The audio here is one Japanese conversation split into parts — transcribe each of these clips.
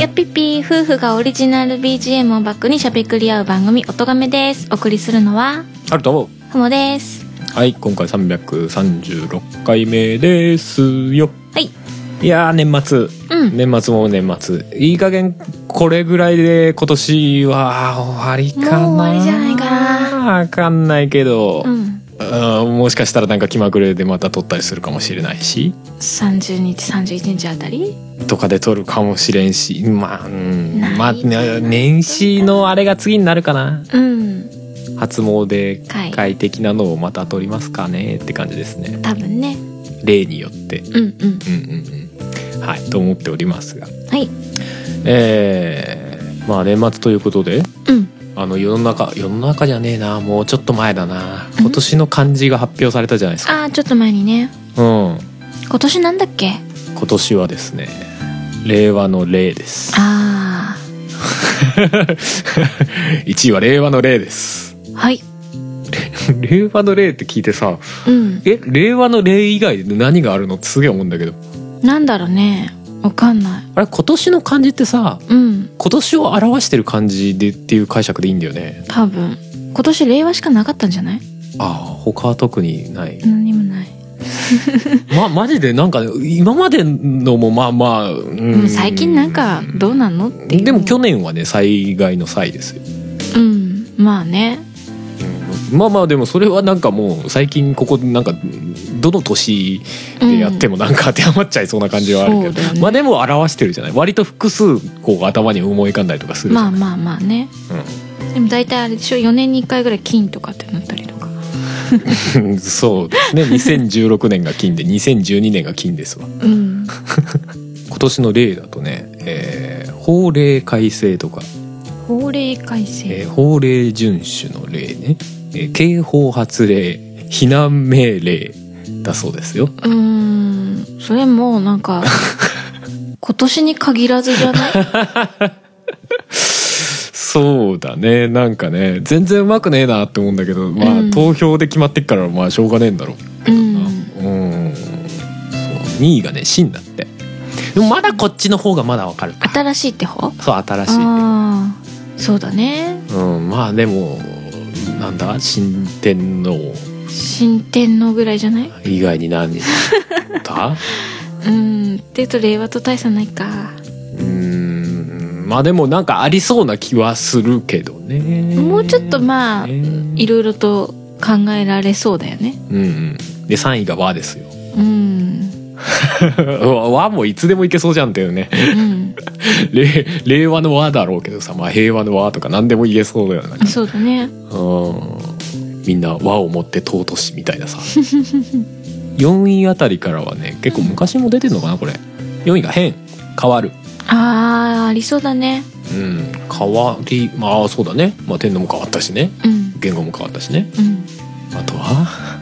やっぴっぴ夫婦がオリジナル BGM をバックにしゃべくり合う番組「おとがめ」ですお送りするのはあるとふもですはい今回336回目ですよはいいやー年末うん年末も年末いい加減これぐらいで今年は終わりかなもう終わりじゃないかなわかんないけど、うんうんもしかしたらなんか気まぐれでまた撮ったりするかもしれないし30日31日あたりとかで撮るかもしれんしまあ、うんないまあね年始のあれが次になるかなうん初詣はい会的なのをまた撮りますかねって感じですね多分ね例によってうんうんうんうんうんはいと思っておりますがはいえー、まあ年末ということでうんあの世の中世の中じゃねえなもうちょっと前だなうん今年の漢字が発表されたじゃないですかああちょっと前にねうん今年なんだっけ今年はですね令和の令ですあ1位は令和の令です あはい令和の令って聞いてさうんえ令和の令以外で何があるのってすげえ思うんだけどなんだろうねわかんないあれ今年の漢字ってさうん今年を表してる漢字でっていう解釈でいいんだよね多分今年令和しかなかったんじゃないああ他は特に ない何もないまマジでなんか今までのもまあまあ、でうも最近なんかどうなんのっていうでも去年はね災害の災ですよ、うんまあねうんまあまあでもそれはなんかもう最近ここなんかどの年でやってもなんか当てはまっちゃいそうな感じはあるけそど、うだよねまあでも表してるじゃない割と複数こう頭に思い浮かんだりとかするじまゃあない、まあまあねでも大体あれでしょ4年に1回ぐらい金とかってなったりとかうん、そうですね2016年が金で2012年が金ですわうん今年の例だとね、えー法令改正とか法令改正、えー法令遵守の令ね、えー警報発令避難命令だそうですようーんそれもうな んか今年に限らずじゃないそうだねなんかね全然うまくねえなって思うんだけどまあ、うん投票で決まってっからまあしょうがねえんだろううなんうんそう2位がね「新」だってでもまだこっちの方がまだわかるか新しいって方そう新しいねああそうだねうんまあでもなんだ新天皇新天皇ぐらいじゃない以外に何 だうんっていうと令和と大差ないか、うーんまあでもなんかありそうな気はするけどねもうちょっとまあねいろいろと考えられそうだよねうんうんで3位が和ですよ うん和もいつでもいけそうじゃんっていうね うん令令和の和だろうけどさ、まあ、平和の和とか何でも言えそうだよねそうだねうんみんな和を持って尊しみたい なさ4位あたりからはね結構昔も出てんのかなこれ4位が変変わるああありそうだねうん変わりまあそうだね、まあ、天皇も変わったしねうん言語も変わったしねうんあと は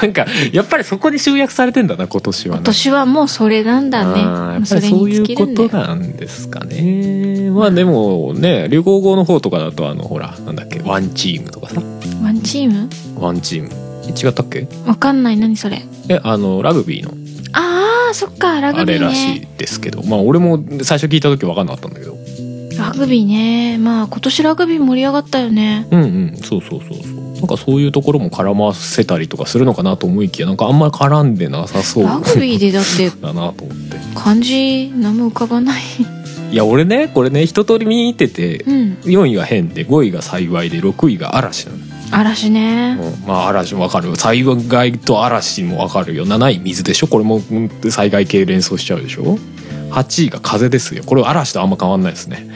なんかやっぱりそこに集約されてんだな今年は今年はもうそれなんだねあーやもうっぱそりれそうにい尽うきるこんだとよなんですかねまあでもね流行語の方とかだとあのほらなんだっけワンチームとかさワンチームワンチーム違ったっけわかんない何それえあのラグビーのあーそっかラあグビれーらしねいですけど、まあ俺も最初聞いた時分かんなかったんだけどラグビーねまあ今年ラグビー盛り上がったよねうんうんそうそうそうそうなんかそういうところも絡ませたりとかするのかなと思いきやなんかあんまり絡んでなさそうラグビーでだってだなと思って漢字何も浮かばない いや俺ねこれね一通り見ててうん4位が変で5位が幸いで6位が嵐なの、嵐ねうんまあ嵐もわかる災害と嵐もわかるよ7位水でしょこれもうん災害系連想しちゃうでしょ8位が風ですよこれ嵐とあんま変わんないですね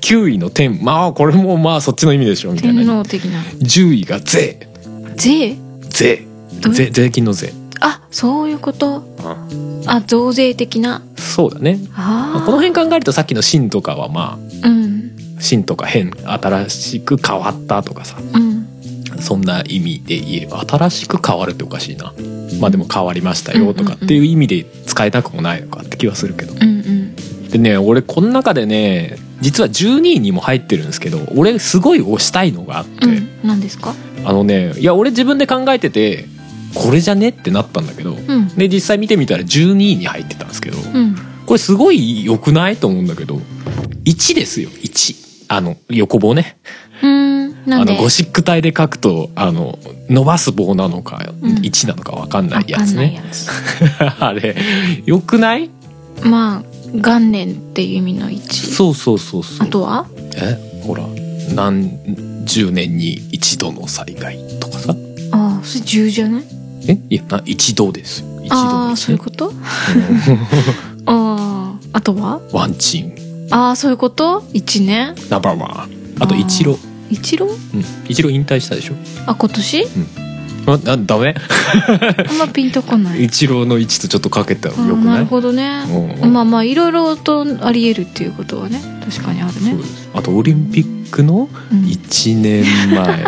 9位の天まあこれもまあそっちの意味でしょみたい天な皇的な10位が税税税どういう税税金の税あそういうことうんあ増税的なそうだねあまああこの辺考えるとさっきの「新」とかはまうんあ「新」とか「変」新しく変わったとかさうんそんな意味で言えば新しく変わるっておかしいなまあでも変わりましたよとかっていう意味で使いたくもないのかって気はするけどうんうんでね俺この中でね実は12位にも入ってるんですけど俺すごい推したいのがあって、うん何ですかあのねいや俺自分で考えててこれじゃねってなったんだけどうんで実際見てみたら12位に入ってたんですけどうんこれすごい良くないと思うんだけど1ですよ1あの横棒ねうんなあんでのゴシック体で書くとあの伸ばす棒なのか、うん1なのか分かんなわいやかつんないねやつ あれ良くないまあ元年っていう意味の一そうそうそうそあうとはえほら何十年に一度の災害とかさああそれ10じゃないえいやな一度ですよ一あ度あでーすそういうよこと あああとはワンチンああそういうこと一ねナンバーワンあとあー一郎一郎うん一郎引退したでしょあ今年あなダ メあんまピンとこ ない一郎の一とちょっとかけたらあよーくななるいほどねうんまあまあいろいろとありえるっていうことはね確かにあるそうねで、すあとオリンピックのうん1年 前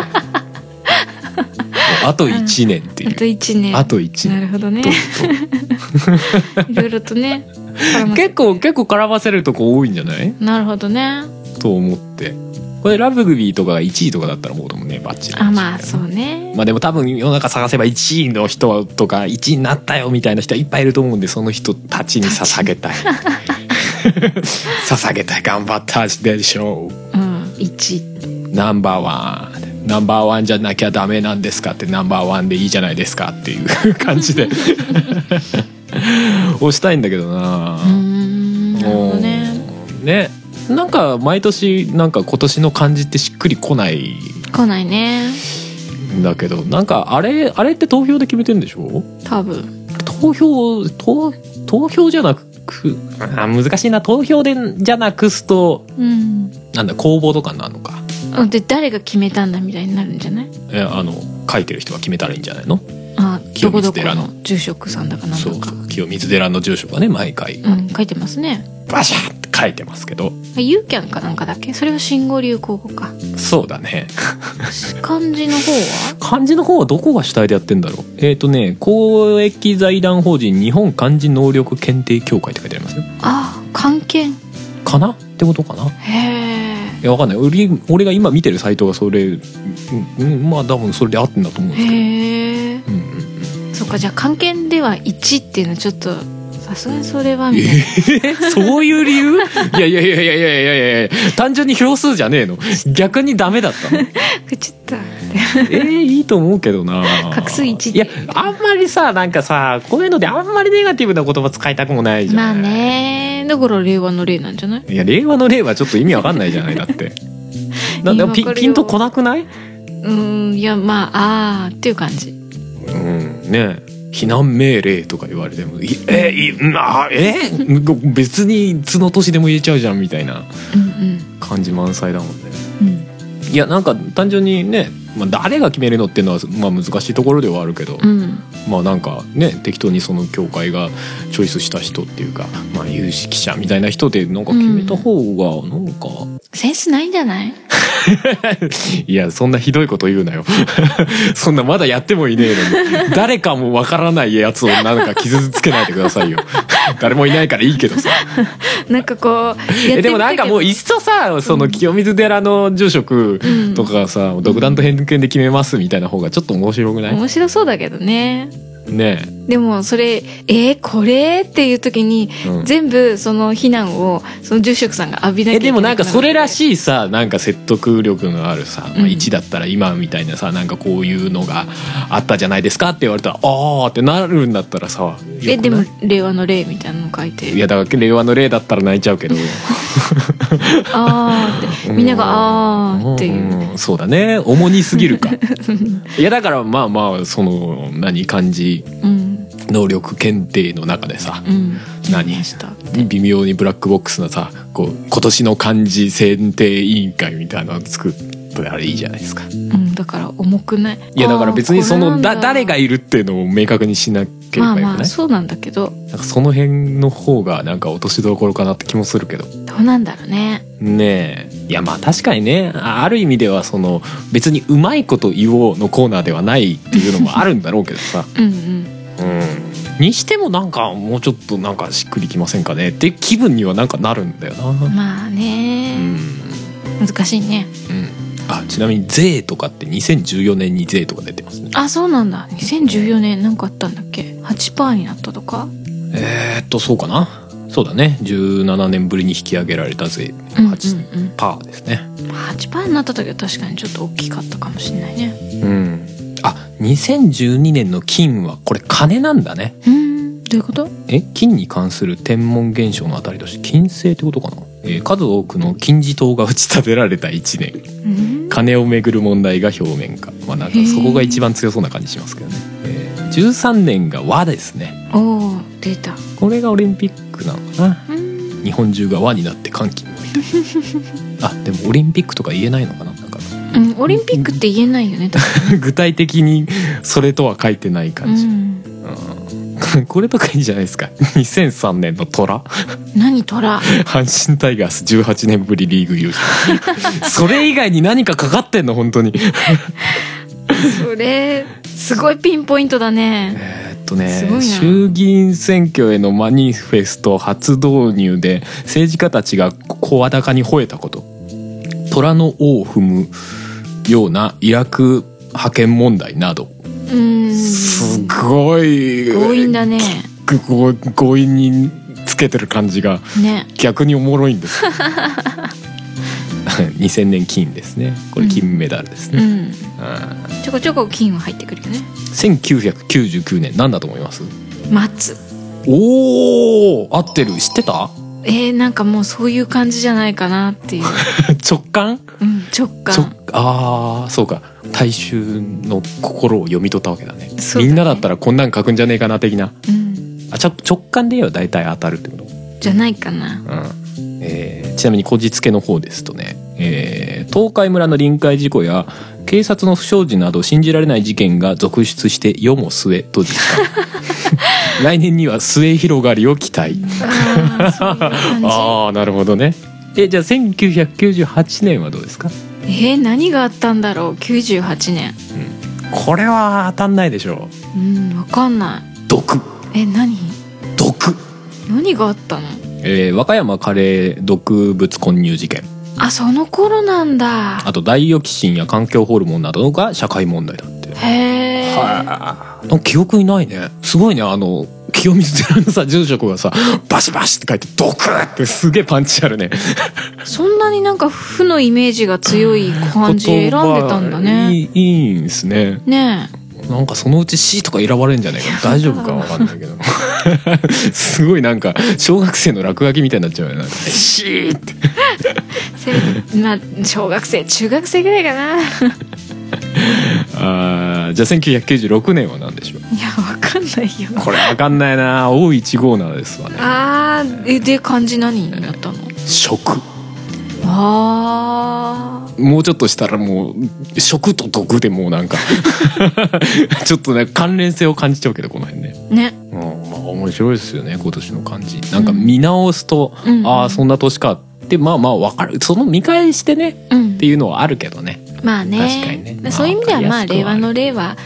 あと1年っていあとう1年あと1な年るほ どねいろいろとね絡ませて結構結構絡ませるとこ多いんじゃないなるほどねと思ってこれラグビーとかが1位とかだったらもうでもねバッチリあまあそうねまあでも多分世の中探せば1位の人とか1位になったよみたいな人はいっぱいいると思うんでその人たちに捧げ たい 捧げたい頑張ったでしょううん1ナンバーワンナンバーワンじゃなきゃダメなんですかってナンバーワンでいいじゃないですかっていう感じ で押したいんだけどな、うーんなるほどねねなんか毎年なんか今年の感じってしっくりこない来ないねんだけどなんかあれあれって投票で決めてんでしょ多分投票投投票じゃなくあ難しいな投票でじゃなくすとうんなんだ公募とかになるのかあで誰が決めたんだみたいになるんじゃないえあの書いてる人が決めたらいいんじゃないのあ清どこ水どこ寺のの住職さんだかなんそだかう清水寺の住所がね毎回うん書いてますねバシャって書いてますけどあユーキャンかなんかだっけそれが新語流行語かそうだね漢字の方は漢字の方はどこが主体でやってんだろうえっ、とね公益財団法人日本漢字能力検定協会って書いてありますよあ関係かなってことかないへやわかんない俺俺が今見てるサイトがそれ、うんうん、まあ多分それで合ってんだと思うんえですけどへえうんうんそっかじゃあ関係では1っていうのはちょっとさすがにそれはみたいなえーそういう理由 いやいやいやいやいやいやいや単純に票数じゃねえの逆にダメだったのくちったえー、いいと思うけどな画数一いでやあんまりさなんかさこういうのであんまりネガティブな言葉使いたくもないじまゃあんねだから令和の例なんじゃないいや令和の令はちょっと意味わかんないじゃないだって なんでわかるピよピンとこなくないうーんいやまああーっていう感じうんねえ避難命令とか言われてもいえいうんあえ別にいつの年でも言えちゃうじゃんみたいなうん感じ満載だもんねうんうんいやなんか単純にね、まあ、誰が決めるのっていうのは、まあ、難しいところではあるけど、うんまあなんかね適当にその教会がチョイスした人っていうか、まあ、有識者みたいな人でなんか決めた方がなんか、センスないんじゃないいやそんなひどいこと言うなよ そんなまだやってもいねえのに誰かもわからないやつをなんか傷つけないでくださいよ 誰もいないからいいけどさ なんかこうやってみたけどえでもなんかもういっそさその清水寺の住職うんとかさ、独断と偏見で決めますみたいな方がちょっと面白くない、面白そうだけどねねでもそれ「えー、これ?」っていう時にえ、うん全部その非難をその住職さんが浴びなきゃえいけでないもなんかそれらいしいさなんか説得力のあるさ、うまんあ、1だったら今みたいなさなんかこういうのがあったじゃないですかって言われたらああってなるんだったらさよくないえでも令和の例みたいなの書いていやだから令和の例だったら泣いちゃうけどあーってみんなが「あー」っていう、うんそうだね重にすぎ るかいやだからまあまあその何漢字うん能力検定の中でさうん、何見ました微妙にブラックボックスなさこう今年の漢字選定委員会みたいなの作ったらいいじゃないですかうん、だから重くないいやだから別にそあのーだ誰がこれなんいるっていうのを明確にしなけれまあばよくまなあいそうなんだけどなんかその辺の方がなんか落としどころかなって気もするけどどうなんだろうねねえいやまあ確かにねあある意味ではその別にうまいこと言おうのコーナーではないっていうのもあるんだろうけどさうん うんうんにしてもなんかもうちょっとなんかしっくりきませんかねって気分にはなんかなるんだよなまあうね、ん難しいねうんあちなみに「税」とかって2014年に「税」とか出てますねあそうなんだ2014年なんかあったんだっけ8%になったとかえー、っとそうかなそうだね17年ぶりに引き上げられた税うんうんうん8%パーですね8%になった時は確かにちょっと大きかったかもしれないねうんあ2012年の金はこれ金なんだねうんどういうことえ金に関する天文現象のあたりとして金星ってことかな、えー数多くの金字塔が打ち立てられた1年うん金をめぐる問題が表面化まあなんへかーそこが一番強そうな感じしますけどね、えー13年が和ですねおお出たこれがオリンピックなのかなうん日本中が和になって歓喜に沸いたあでもオリンピックとか言えないのかななんかうんオリンピックって言えないよね多分具体的にそれとは書いてない感じ、うんうん これとかいいじゃないですか2003年の虎何虎阪神タイガース18年ぶりリーグ優 勝それ以外に何かかかってんの本当にそれすごいピンポイントだねえーっとすごいねな衆議院選挙へのマニフェスト初導入で政治家たちが声高に吠えたこと虎の尾を踏むようなイラク派遣問題などうんすごい強引だねきご強引につけてる感じがね逆におもろいん ですよ2000年金ですねこれ金メダルですうね、んうんちょこちょこ金は入ってくるよね1999年なんだと思います松おお合ってる知って たえー、なんかもうそういう感じじゃないかなっていう、直感うん、直直感ああそうか大衆の心を読み取ったわけだねそうだねみんなだったらこんなん書くんじゃねえかな的なうんあちゃ直感で言えば大体当たるってことじゃないか なうんえーちなみにこじつけの方ですとね、えー東海村の臨海事故や警察の不祥事など信じられない事件が続出して世も末と実 感来年には末広がりを期待あーそういう感じああなるほどねえじゃあ1998年はどうですかえー、何があったんだろう98年これは当たんないでしょうんわかんなう毒いえ何毒、何があったのえー和歌山カレー毒物混入事件あその頃なんだあとダイオキシンや環境ホルモンなどが社会問題だってへえ、はい、記憶にないねすごいねあの清水寺のさ住職がさバシバシって書いて「ドク!」ってすげえパンチあるねそんなになんか負のイメージが強い感じ選んでたんだね言葉いいいいんすねねなんかそのうち C とか選ばれるんじゃないかな大丈夫かわかんないけど すごいなんか小学生の落書きみたいになっちゃうよねなんか C ってえせ まあ小学生中学生ぐらい かないあーじゃあ1996年は何でしょうやわかんないよこれわかんないな O157 ですわねあーえで漢字何になったの食あーもうちょっとしたらもう食と毒でもう なんかちょっとね関連性を感じちゃうけどこの辺ね、ねうんまあ、面白いですよね今年の感じなんか見直すと、うんああそんな年かってまあまあわかるその見返してねっうんていうのはあるけどねまあね確かにねまあそういう意味ではまあわかり令やすくはあ和るの令和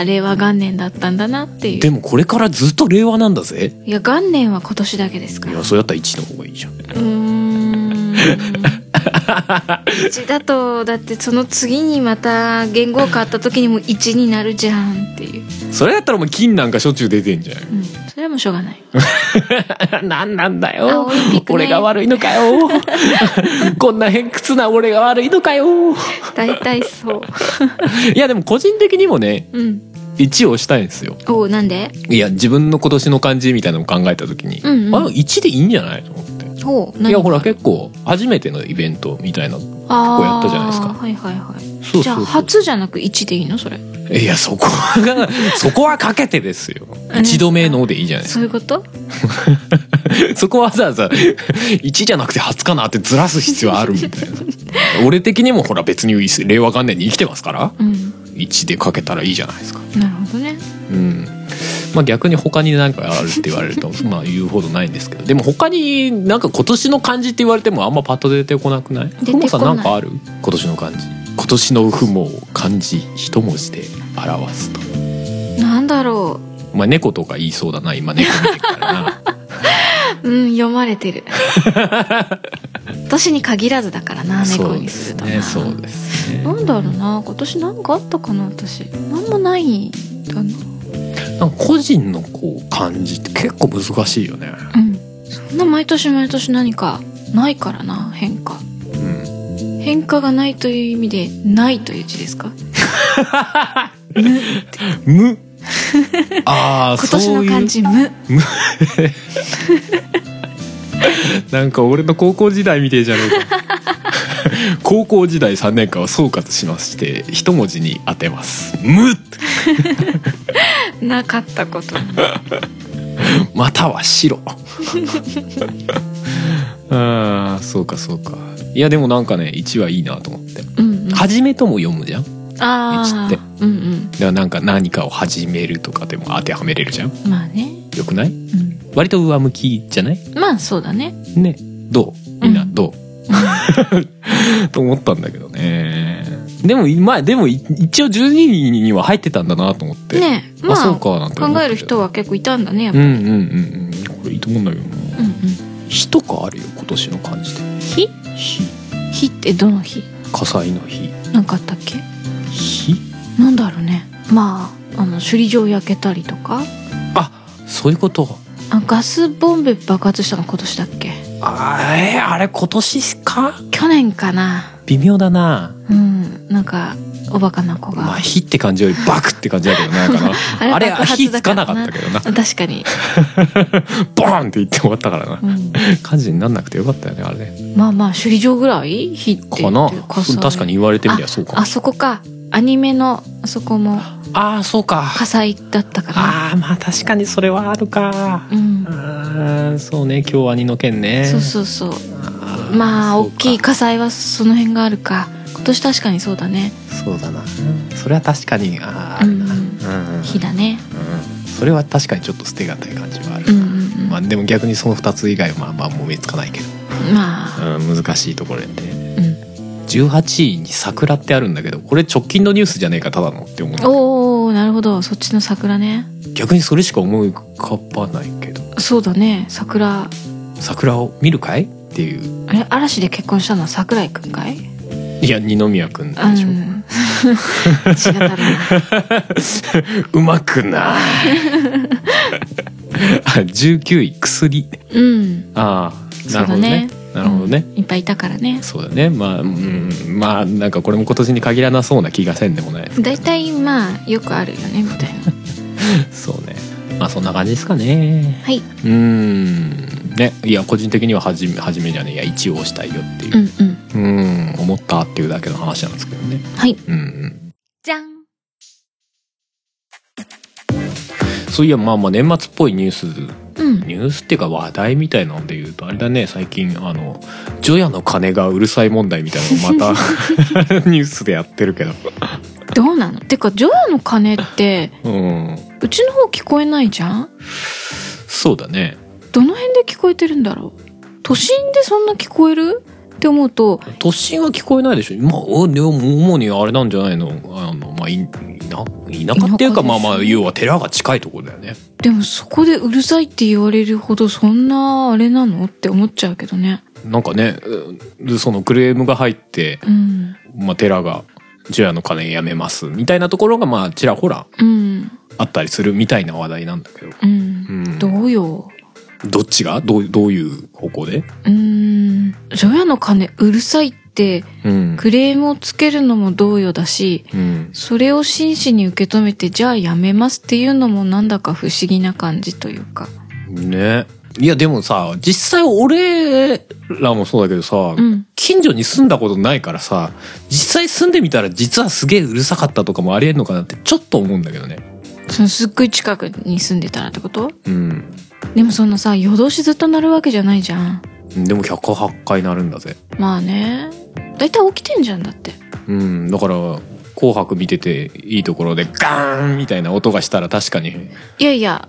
あ令和元年だったんだなっていでうもこれからずっと令和なんだぜいや元年は今年だけですかいらやうそれだったら1の方がいいじゃんー ん1だとだってその次にまた言語変わった時にも1になるじゃんっていう、それだったらもう金なんかしょっちゅう出てんじゃ うん、それはもうしょうがないんなんなんだあよ、オリンピックね俺が悪いのか よこんな偏屈な俺が悪いのかよ大 体そういやでも個人的にもねうん1を押したいんですよおうなんでいや自分の今年の感じみたいなのを考えた時に、うんうんあ1でいいんじゃないと思っておうい何やほら結構初めてのイベントみたいなあ構あやったじゃないですかはいはいはいそうそうそうじゃあ初じゃなく1でいいのそれいやそこが そこはかけてですよあ1度目のでいいじゃないですそういうことか そこわざわざ1じゃなくて20かなってずらす必要あるみ たいな俺的にもほら別に令和元年に生きてますからうん1でかけたらいいじゃないですかなるほどねうんまあ、逆に他に何かあるって言われると まあ言うほどないんですけどでも他になんか今年の漢字って言われてもあんまパッと出てこなくないてふこないもさんなんかある今年の漢字今年のふもを漢字一文字で表すとなんだろまあ猫とか言いそうだな今猫見てるから なううん読まれ てる年に限らずだからなそ猫うにですするとねなそうですねなんだろうな今年なんかあったかな私なんもないんだななんか個人のこう漢字って結構難しいよねうんそんな毎年毎年何かないからな変化 うん変化がないという意味で「ない」という字ですか無ああ今年そうのい漢う字「無なんか俺の高校時代みてえじゃねえか高校時代3年間を総括しまして一文字に当てます「無」なかった ことまたは「白」ああそうかそうかいやでもなんかね1はいいなと思ってうん、「うん、始め」とも読むじゃんだかあ一っあうんらなんか何かを始めるとかでも当てはめれるじゃんうんまあね、よくないうん、割と上向きじゃないまあそうだねねどうみんなうんどう、 と思ったんだけどねでもまあでもい一応12人には入ってたんだなと思って、ねえあ、まあそうかなんて思って考える人は結構いたんだねやっうぱんうんうんうんこれいいと思うんだけどなうんうん「日」とかあるよ今年の漢字で「日「日」 「日」ってどの日火災の日なんかあったっけ「日なんだろうねまああの首里城焼けたりとか」あそういうことあガスボンベ爆発したの今年だっけあーえーあれ今年か去年かな微妙だなうんなんかおバカな子が、まあ「火」って感じより「バク」って感じだけどなんか なあれ爆は発火つだからなかったけどな確かに、ボーンって言って終わったからなうん、漢字になんなくてよかったよねあれねまあまあ首里城ぐらい火ってかな言ってそう確かに言われてみりゃそうかもあそこかアニメのあそこもああそうか火災だったかああまあ確かにそれはあるか、らうんああそうね京アニの件ねそうそうそうあーまあそう大かきい火災はその辺があるか今年確かにそうだねそうだなそれは確かにああ、うんうんうん火だねうんそれは確かにちょっと捨てがたい感じはあうる、んうんうんまあでも逆にその2つ以外はまあまあもう見つかないけまあど、うん、難しいところやねうん18位に桜ってあるんだけどこれ直近のニュースじゃねえかただのって思うおおなるほどそっちの桜ね逆にそれしか思い浮かばないけどそうだね桜桜を見るかいっていうあれ嵐で結婚したのは桜井くんかいいや二宮君でうんしょ、違 ったなうまくない あ19位薬うんああなるほどねなるほどね、いっぱいいたからねそうだねまあうんまあなんかこれも今年に限らなそうな気がせんでもないですけど大体まあよくあるよねみたいなそうねまあそんな感じですかねはいうーんねいや個人的には初め初めじゃねえいや一応押したいよっていうう、んうんうん、思ったっていうだけの話なんですけどねはいうんうんじゃんそういやまあまあ年末っぽいニュースうんニュースっていうか話題みたいなんで言うとあれだね最近あの除夜の鐘がうるさい問題みたいなのをま たニュースでやってるけどどうなのてかジョアの鐘ってうんうちの方聞こえないじゃんそうだねどの辺で聞こえてるんだろう都心でそんな聞こえるって思うと都心は聞こえないでしょまあおでも主にあれなんじゃないのあのまあい田田舎っていう田舎ですかねまあまあ要は寺が近いところだよねでもそこでうるさいって言われるほどそんなあれなのって思っちゃうけどねなんかねうんそのクレームが入って、うんまあ、寺が除夜の鐘やめますみたいなところがまあちらほらうんあったりするみたいな話題なんだけど、ううんん、どうよどっちがどうどういう方向でうーん除夜の鐘うるさいってうんクレームをつけるのも同様だしうん、それを真摯に受け止めてじゃあやめますっていうのもなんだか不思議な感じというかねいやでもさ実際俺らもそうだけどさ、うん近所に住んだことないからさ実際住んでみたら実はすげえうるさかったとかもありえんのかなってちょっと思うんだけどねそのすっごい近くに住んでたらってことうんでもそのさ夜通しずっと鳴るわけじゃないじゃんでも108回なるんだぜまあねだいたい起きてんじゃんだってうんだから紅白見てていいところでガーンみたいな音がしたら確かに、んいやいや、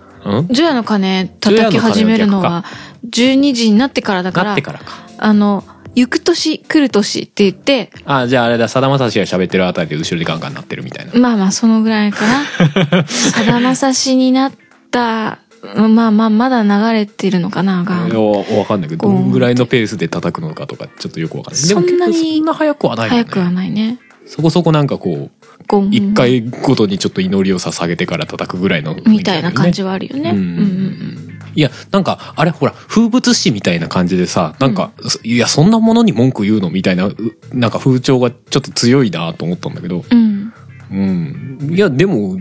除夜の鐘叩き始めるのは、12時になってからだかなっらて、からか。あの、行く年来る年って言って、あ、じゃああれだ、さだまさしが喋ってるあたりで後ろでガンガン鳴ってるみたいな。まあまあそのぐらいか な。さだまさしになった、うんまあまあまだ流れてるのかな、が。わわかんないけど、どゴーンんぐらいのペースで叩くのかとか、ちょっとよくわかんない。でもそんなに結構そんな早くはないよね。早くはないね。そこそこなんかこう、ゴン。一、回ごとにちょっと祈りを捧げてから叩くぐらいの、みたいな感じははあるよね。ううんんうううんんんいや、なんか、あれ、ほら、風物詩みたいな感じでさ、なんか、いや、そんなものに文句言うのみたいな、うなんか風潮がちょっと強いなと思ったんだけど、うん。うん。うん。いや、でも、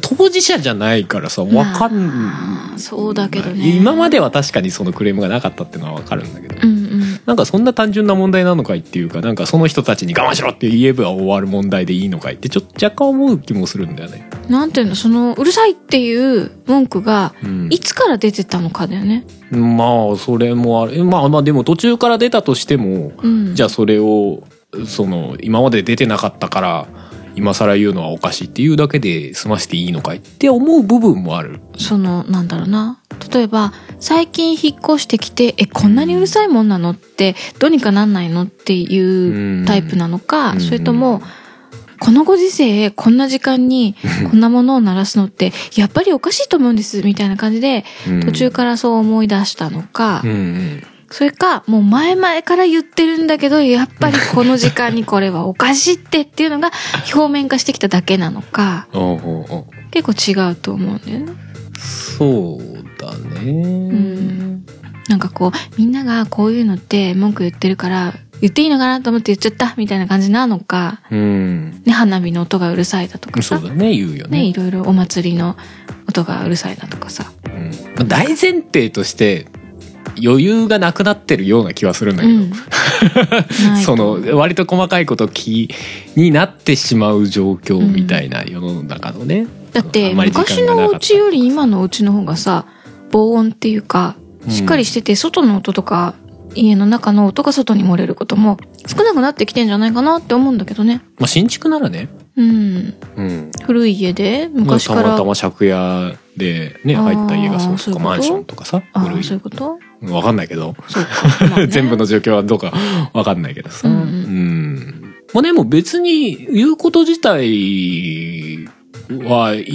当事者じゃないからさ、わかん、まあそうだけどね今までは確かにそのクレームがなかったってのはわかるんだけど。うんうん。なんかそんな単純な問題なのかいっていうか、なんかその人たちに我慢しろって言えば終わる問題でいいのかいって、ちょっと若干思う気もするんだよね。なんていうの、その、うるさいっていう文句が、うんいつから出てたのかだよね。まあ、それもあれ、まあまあでも途中から出たとしても、うん。じゃあそれを、その、今まで出てなかったから、今更言うのはおかしいっていうだけで済ませていいのかいって思う部分もある。その、なんだろうな。例えば、最近引っ越してきて、え、こんなにうるさいもんなのって、どうにかなんないのっていうタイプなうのんか、それとも、このご時世、こんな時 間に、こんなものを鳴らすのって、やっぱりおかしいと思うんです、みたいな感じで、うん途中からそう思い出したのかうん、うん。それか、もう前々から言ってるんだけど、やっぱりこの時間にこれはおかしいってっていうのが表面化してきただけなのか、おうおうおう結構違うと思うんだよね。そうだね。んなんかこう、みんながこういうのって文句言ってるから、言っていいのかなと思って言っちゃったみたいな感じなのか、うん。ね、花火の音がうるさいだとかそさう、だね、言うよね。ね、いろいろお祭りの音がうるさいだとかさ。うん大前提として余裕がなくなってるような気はするんだうけど、ん。ないその割と細かいこと気になってしまう状況みたいな世の中のね、だってあんまり時昔間がなのかおった家より今のお家の方がさ防音っていうかうんしっかりしてて外の音とか家の中の音が外に漏れることも少なくなってきてんじゃないかなって思うんだけどねまあ、新築ならね、うんうん、古い家で昔かたらまたあま借家でねあー入った家がそうとそういうこかとマンションとかさあ古いそういうことわかんないけど、そう か、まあね全部の状況はどうかわかんないけどさ、うんうんうんまあでも別に言うこと自体はい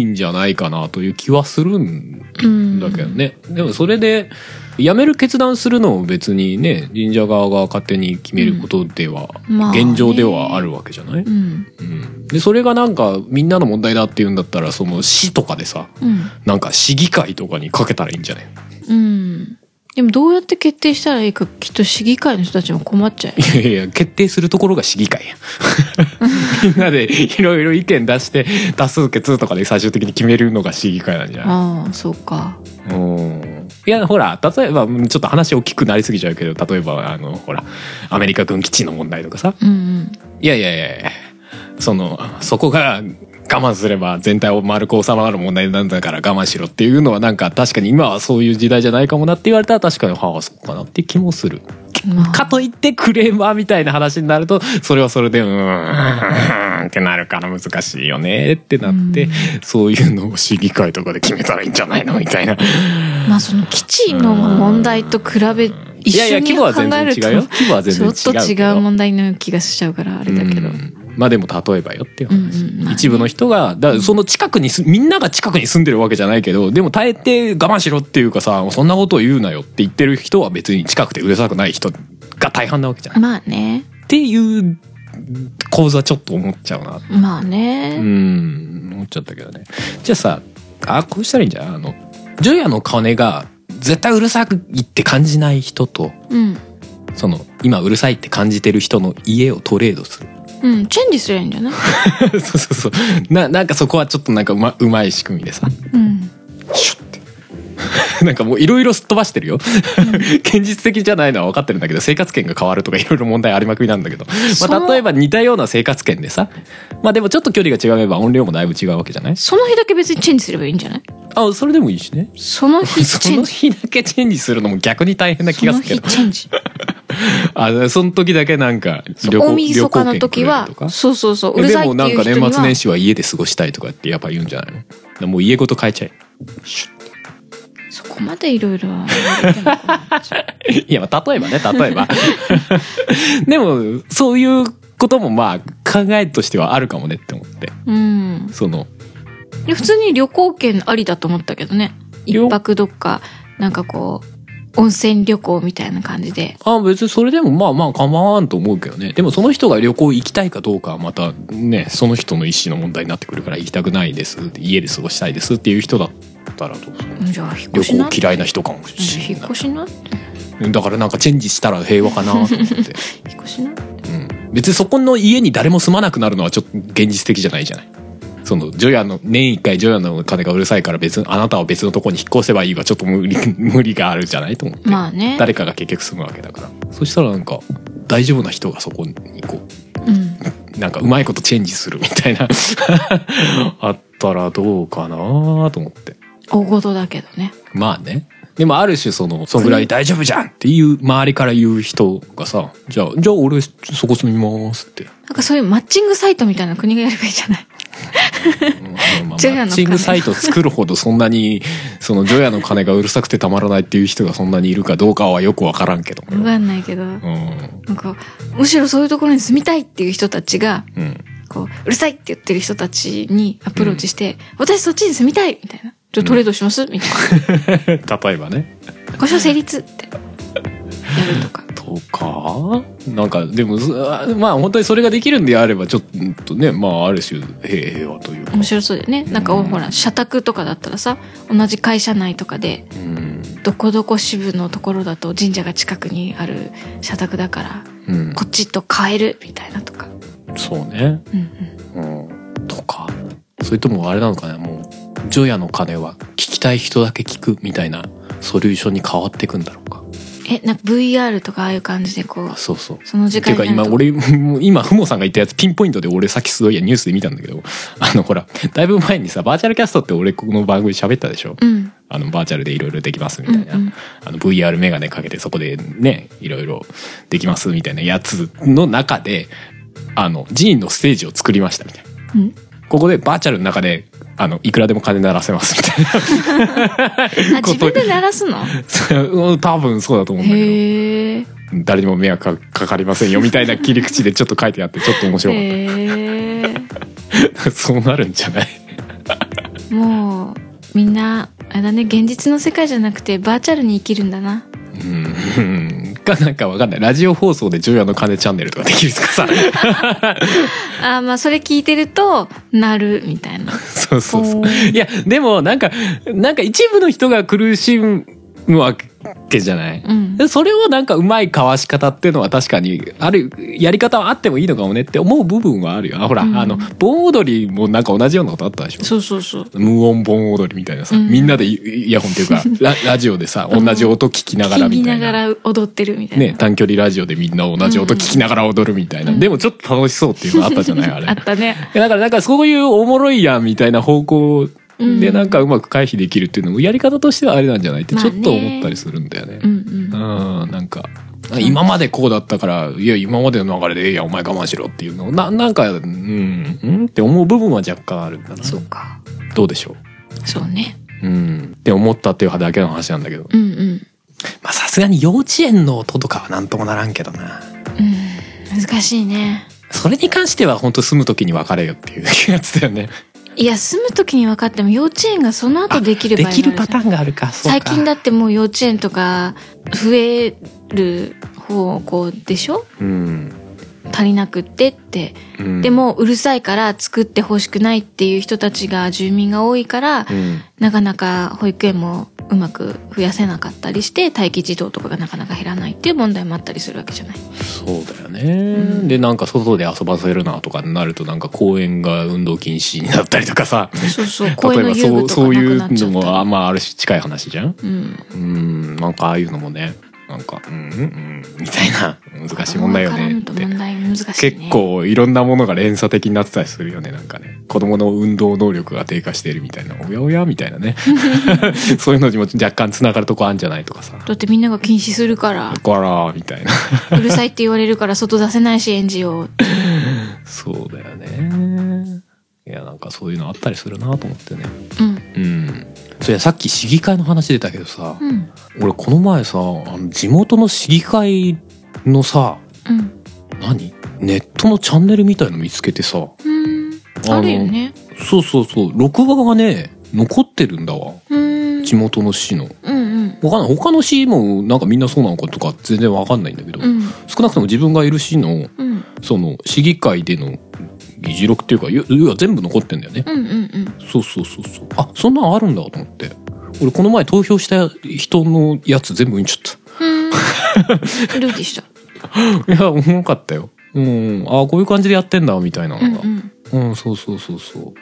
いんじゃないかなという気はするんうんだけどね、でもそれで辞める決断するのも別にね神社側が勝手に決めることでは、まあね現状ではあるわけじゃない、うんうんでそれがなんかみんなの問題だっていうんだったらその市とかでさうんなんか市議会とかにかけたらいいんじゃないうんでもどうやって決定したらいいかきっと市議会の人たちも困っちゃうよいやいや決定するところが市議会や みんなでいろいろ意見出して多数決とかで最終的に決めるのが市議会なんじゃないああそうかうんいやほら例えばうんちょっと話大きくなりすぎちゃうけど例えばあのほらアメリカ軍基地の問題とかさうんうんいやいやいやいやそのそこが我慢すれば全体を丸く収まる問題なんだから我慢しろっていうのはなんか確かに今はそういう時代じゃないかもなって言われたら確かにはあそうかなって気もする。まあかといってクレーマーみたいな話になるとそれはそれでうーんってなるから難しいよねってなって、うんそういうのを市議会とかで決めたらいいんじゃないのみたいな。まあその基地の問題と比べ、一緒に考えると、規模は全ち然違ょうっとけど違う問題の気がしちゃうから、あれだけど。ううんんまあでも例えばよっていう話、うんまあ一部の人がだからその近くにすみんなが近くに住んでるわけじゃないけどでも耐えて我慢しろっていうかさそんなことを言うなよって言ってる人は別に近くてうるさくない人が大半なわけじゃない、まあね。っていう構図はちょっと思っちゃうなまあうね。ん思っちゃったけどねじゃあさあこうしたらいいんじゃないあの除夜の鐘が絶対うるさいって感じない人とうん。その今うるさいって感じてる人の家をトレードする うん。チェンジすればいいんじゃないそうそうそう。な、なんかそこはちょっとなんかうまうまい仕組みでさ。うん。シュッて。 なんかもういろいろすっ飛ばしてるよ 現実的じゃないのは分かってるんだけど生活圏が変わるとかいろいろ問題ありまくりなんだけど、まそあ、う例えば似たような生活圏でさまあでもちょっと距離が違えば音量もだいぶ違うわけじゃないその日だけ別にチェンジすればいいんじゃないあそれでもいいしねその日そチェンのジ日だけチェンジするのも逆に大変な気そがのするけ日どチェンジあその時だけなんか旅行大晦日の時旅行券くれるはとかそうそうそううえるでさいってもなんいうか人に年末は 年始は家で過ごしたいとかってやっぱ言うんじゃないのだからもう家ごと変えちゃえそこまでいろいろは いや、まあ例えばね、例えば。でも、そういうこともまあ、考えとしてはあるかもねって思って。うんその、いや普通に旅行券ありだと思ったけどね旅一泊どっかなんかこう温泉旅行みたいな感じであ別にそれでもまあまあ構わんと思うけどね。でもその人が旅行行きたいかどうかはまたね、その人の意思の問題になってくるから行きたくないです、家で過ごしたいですっていう人だったらどうするじゃあ引っ旅越しな行嫌いな人かもしうれん引っな越しなだからなんかチェンジしたら平和かなと思 って。引っ越しなうん、別にそこの家に誰も住まなくなるのはちょっと現実的じゃないじゃないその除夜の年一回除夜の金がうるさいから別にあなたは別のとこに引っ越せばいいはちょっと無理無理があるじゃないと思って、まあね誰かが結局住むわけだからそしたらなんか大丈夫な人がそこにこうんうなんかうまいことチェンジするみたいな あったらどうかなと思って大ごとだけどねまあねでもある種そのそんぐらい大丈夫じゃんっていう周りから言う人がさじゃあじゃあ俺そこ住みますってなんかそういうマッチングサイトみたいな国がやればいいじゃないうんあ のまあマ除夜の鐘ッチングサイト作るほどそんなにその除夜の鐘がうるさくてたまらないっていう人がそんなにいるかどうかはよくわからんけど。わかんないけどうなんんかむしろそういうところに住みたいっていう人たちがうん こううるさいって言ってる人たちにアプローチして、私そっちに住みたいみたいなじゃあトレードしますみたい例えばね。な交渉成立ってやるとかとかなんかでもそまあ本当にそれができるんであればちょっとねまあある種平平和というか。面白そうだよねなんか、うんほら社宅とかだったらさ同じ会社内とかでうんどこどこ支部のところだと神社が近くにある社宅だからうんこっちと変えるみたいなとか、そうね。うんうん、うんとかそれともあれなのかねもう除夜の鐘は聞きたい人だけ聞くみたいなソリューションに変わっていくんだろうか。えなんか VR とかああいう感じでこうあそうそう。その時間っにていうかなる今と俺 もう今ふもさんが言ったやつピンポイントで俺さっきすごいやニュースで見たんだけどあのほらだいぶ前にさバーチャルキャストって俺この番組喋ったでしょうんあのバーチャルでいろいろできますみたいな、うんうんあの VR メガネかけてそこでねいろいろできますみたいなやつの中であの寺院のステージを作りましたみたいなうん ここでバーチャルの中であのいくらでも金鳴らせますみたいあ自分で鳴らすのなそう 多分そうだと思うんだけどへえ誰にも迷惑かかかりませんよみたいな切り口でちょっと書いてあってちょっと面白かった。へえ そうなるんじゃないもうみんなあれだね現実の世界じゃなくてバーチャルに生きるんだなうん。かなんかわかんない。ラジオ放送で除夜の鐘チャンネルとかできるとかさ。あーまあそれ聞いてるとなるみたいなそうそうそおう。ーいや、でもなんか、なんか一部の人が苦しむわけじゃない。うんでそれをなんかうまいかわし方っていうのは確かに、ある、やり方はあってもいいのかもねって思う部分はあるよ。あほら、うんあの、盆踊りもなんか同じようなことあったでしょ。 そうそうそう無音盆踊りみたいなさ、うんみんなでイイヤホンっていう か、ララジオでさ、同じ音聞きながら聞みきたいななが。ら踊ってるみたいなね、短距離ラジオでみんな同じ音聞きながら踊るみたいな、うんでもちょっと楽しそうっていうのあったじゃないあれあったね だからなんかそういうおもろいやんみたいな方向でうんなんかうまく回避できるっていうのもやり方としてはあれなんじゃないってまあちょねっと思ったりするんだよねう。んうんうん、なんかあ今までこうだったからいや今までの流れでいやお前我慢しろっていうのななんかうんうんって思う部分は若干あるんだなそうかどうでしょそうねううんって思ったっていうだけの話なんだけどうんうんまあさすがに幼稚園の音とかはなんともならんけどな。うん難しいねそれに関しては本当住む時に別れよっていうやつだよね。いや住む時に分かっても幼稚園がその後できればでいいのきにるパターンがあるか。そうか最近だってもう幼稚園とか増える方向でしょうん。足りなくってって、うんで、もうるさいから作ってほしくないっていう人たちが住民が多いから、うん。なかなか保育園もうまく増やせなかったりして待機児童とかがなかなか減らないっていう問題もあったりするわけじゃない。そうだよね、んでなんか外で遊ばせるなとかになるとなんか公園が運動禁止になったりとかさそうそう公例えば園の遊そ具うとそかういなくうなっちゃのっもあたまああるし近い話じゃんり。うんうんなんかああいうのもねなんかうんうんうんみたいな難しい問題よねっ子供が絡むとて問題難しいね。結構いろんなものが連鎖的になってたりするよねなんかね子供の運動能力が低下しているみたいなおやおやみたいな ね そういうのにも若干つながるとこあるんじゃないと かさだってみんなが禁止するからだからみたいなうるさいって言われるから外出せないし園児をそうだよねいやなんかそういうのあったりするなと思ってねうんうんそれさっき市議会の話出たけどさ、うん俺この前さあの地元の市議会のさうん何ネットのチャンネルみたいの見つけてさうんああのるよねそうそうそう録画がね残ってるんだわうん地元の市のうんうんわかんない他の市もなんかみんなそうなのかとか全然わかんないんだけど、うん少なくとも自分がいる市のうんその市議会での議事録っていうか要要は全部残ってんだよね、うんうんうんそうそうそうそうあそんなんあるんだと思って俺この前投票した人のやつ全部見ちゃっうんルーティしたたいやおもろかったようんあこういう感じでやってんだみたいなうんのがうんうん、そうそうそうそ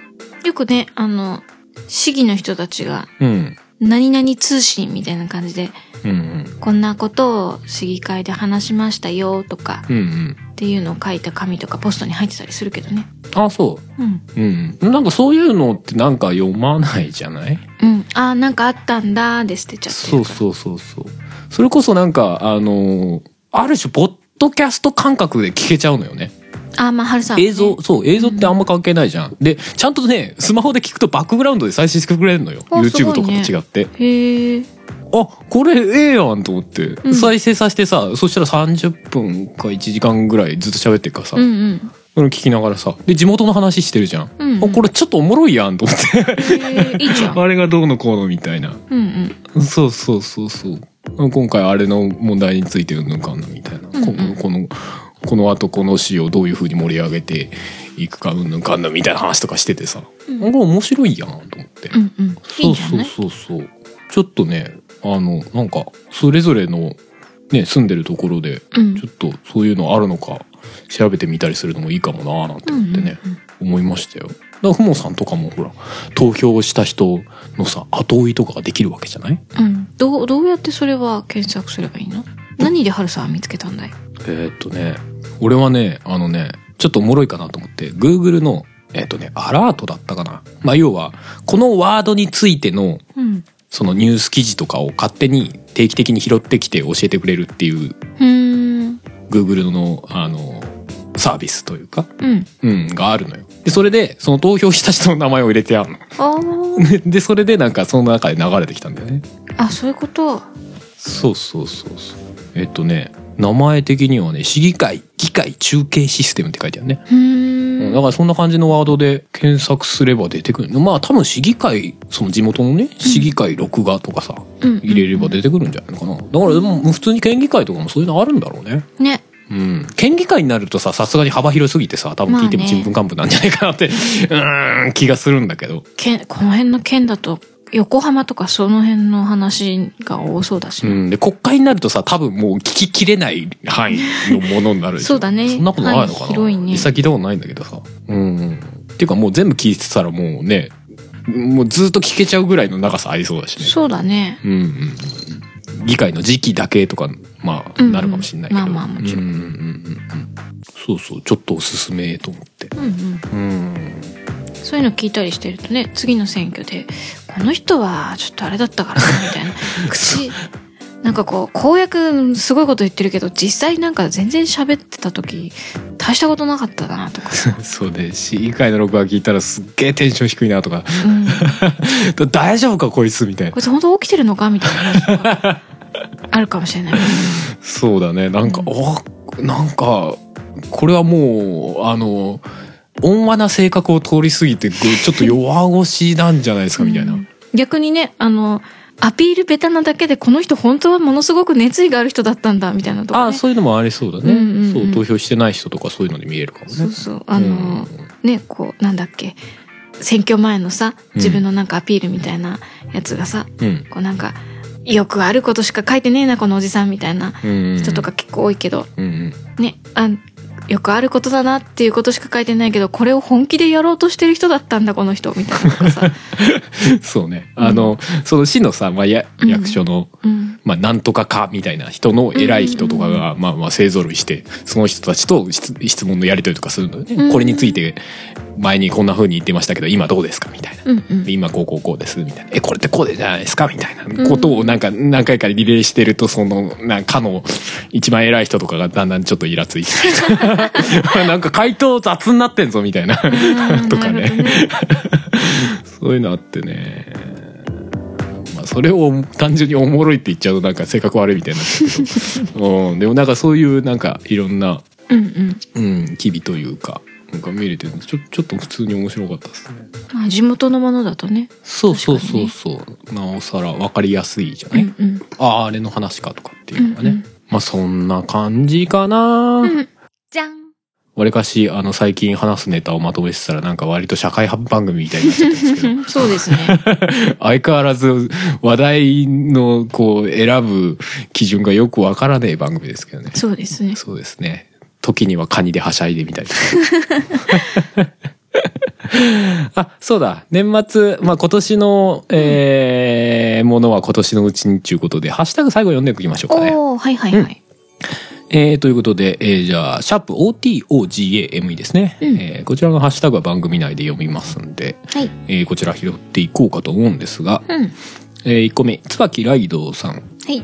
うよくねあの市議の人たちがうん何々通信みたいな感じでうんうんこんなことを市議会で話しましたよとかうんうんっていうのを書いた紙とかポストに入ってたりするけどねあそううんうんうんなんかそういうのってなんか読まないじゃないうんあーなんかあったんだーで捨てちゃってそるうからそうそうそうそれこそなんかあのーある種ポッドキャスト感覚で聞けちゃうのよねあーまあ春さんもね映像そう映像ってあんま関係ないじゃん、でちゃんとねスマホで聞くとバックグラウンドで再生してくれるのよあ YouTube とかとすご違って、へえあこれええやんと思って、ん再生させてさそしたら30分か1時間ぐらいずっと喋ってるからさ、うんうんそれ聞きながらさで地元の話してるじゃん、うんうんあこれちょっとおもろいやんと思って へーいいじゃ んあれがどうのこうのみたいなうんうんそうそうそうそう。今回あれの問題についてうんぬんかんぬんみたいな。こうんうんこの、この後この詩をどういうふうに盛り上げていくかうんぬんかんぬんみたいな話とかしててさ。うんなんか面白いやんと思って。うんうんいそいんうじゃなそういそうそう。ちょっとね、あの、なんか、それぞれの、ね、住んでるところで、うんちょっとそういうのあるのか調べてみたりするのもいいかもなーなんてう思っんてね、思いましたよ。だからふもさんとかもほら、投票した人のさ、後追いとかができるわけじゃないうんうんどうどうやってそれは検索すればいいの何で春さんは見つけたんだいえーっとね、俺はね、あのね、ちょっとおもろいかなと思って、Google の、えーっとね、アラートだったかな。まあ、要は、このワードについての、うんそのニュース記事とかを勝手に定期的に拾ってきて教えてくれるっていう、うーん Google の、あの、サービスというか、うんうん、があるのよ。で、それで、その投票した人の名前を入れてあるの。 あーでで、それでなんか、その中で流れてきたんだよね。あそういうことそうそうそうそう。えーっとね、名前的にはね、市議会、議会中継システムって書いてあるね。うーうんんだからそんな感じのワードで検索すれば出てくるまあ多分市議会その地元のね市議会録画とかさ、うん入れれば出てくるんじゃないのかなだからでも普通に県議会とかもそういうのあるんだろうねねうん県議会になるとささすがに幅広すぎてさ多分聞いてもまあねちんぷんかんぷんなんじゃないかなって、うーん気がするんだけど県この辺の県だと横浜とかその辺の話が多そうだしうね、んで国会になるとさ多分もう聞ききれない範囲のものになるでしょそうだねそんなことないのかな、範囲広いね実際聞いたことないんだけどさうん、うん、っていうかもう全部聞いてたらもうねもうずっと聞けちゃうぐらいの長さありそうだしねそうだねうんうん議会の時期だけとかまあうんうんなるかもしれないけど、うんまあまあもちろんうんうんうんうんそうそうちょっとおすすめと思って うんうんうんそういうの聞いたりしてるとね、次の選挙で、この人はちょっとあれだった からな、みたいな。口、なんかこう、公約すごいこと言ってるけど、実際なんか全然喋ってた時、大したことなかったな、とか。そうで市議会の録画聞いたらすっげえテンション低いなとか うん。こ大丈夫かこいつみたいないつ本当起きてるのかみたいな話とか。 あるかもしれない。そうだねなんか、おなんかこれはもうあの温和な性格を通り過ぎてこうちょっと弱腰なんじゃないですかみたいな、うん逆にね、あの、アピールベタなだけで、この人本当はものすごく熱意がある人だったんだ、みたいなとか、ね。ああそういうのもありそうだね、うんうんうんそう投票してない人とかそういうので見えるかもねそうそうあの、うんねこうなんだっけ選挙前のさ、ん自分のなんかアピールみたいなやつがさ、うんこうなんか、よくあることしか書いてねえな、このおじさんみたいなうん人とか結構多いけど、うんうんね、あ、よくあることだなっていうことしか書いてないけど、これを本気でやろうとしてる人だったんだ、この人、みたいなと かさ。そうねあの、その市のさ、まあ、やうん役所の、うん。まあ、なんとかかみたいな人の偉い人とかが、まあ、まあ勢ぞろいしてその人たちと質質問のやり取りとかするのよね、うんこれについて前にこんな風に言ってましたけど今どうですかみたいな。うんうんで。今こうこうこうですみたいな「えこれってこうでじゃないですか」みたいなことをなんか何回かリレーしてるとそのなんかの一番偉い人とかがだんだんちょっとイラついてきて なんか回答雑になってんぞみたいなう んとかねなるほどそういうのあってねまあそれを単純におもろいって言っちゃうとなんか性格悪いみたいになっちゃうけ ど、うん、でもなんかそういうなんかいろんな、うんうん。うん、機微というかなんか見れてるのちょちょっと普通に面白かったですね。まあ、地元のものだとね。そうそう確かそにうねそう、なおさら分かりやすいじゃうない、んうん。あああれの話かとかっていうのがね、うんうんまあそんな感じかな、うんじゃん。わりかしあの最近話すネタをまとめてたらなんか割と社会派番組みたいになっちゃってるんですけどそうですね。 相変わらず話題のこう選ぶ基準がよくわからない番組ですけどね。そうですね。そうですね。時にはカニではしゃいでみたい な。あ、そうだ。年末、まあ、今年の、えーものは今年のうちにということで、ハッシュタグ最後読んでおきましょうかね。おおはいはいはい。えーということで、えーじゃあ、シャープ OTOGAME ですね、うんえーこちらのハッシュタグは番組内で読みますんで、はい。えーこちら拾っていこうかと思うんですが、うん。はえー、1個目、椿ライドさん。い。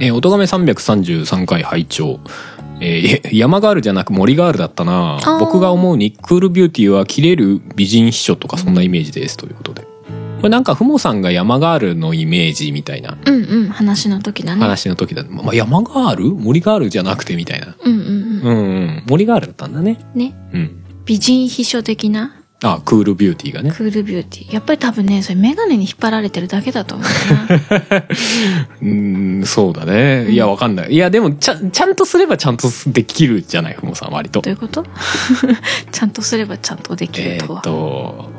えー、おとがめ333回拝聴。えーい山ガールじゃなく森ガールだったなあー僕が思うにクールビューティーは切れる美人秘書とかそんなイメージですということで。これなんかふもさんが山ガールのイメージみたいなうんうん。話の時だね。話の時だ、まあ、山ガール森ガールじゃなくてみたいな。うんうんうんうん。森ガールだったんだね。うん。ね。うん。美人秘書的なあ、クールビューティーがね。クールビューティー。やっぱり多分ね、それメガネに引っ張られてるだけだと 思うな。うーん、そうだね。いや、わかんない。いや、でも、ちゃん、ちゃんとすればちゃんとできるじゃない、ふもさん割とどう。いうこと ちゃんとすればちゃんとできえーるとっは。と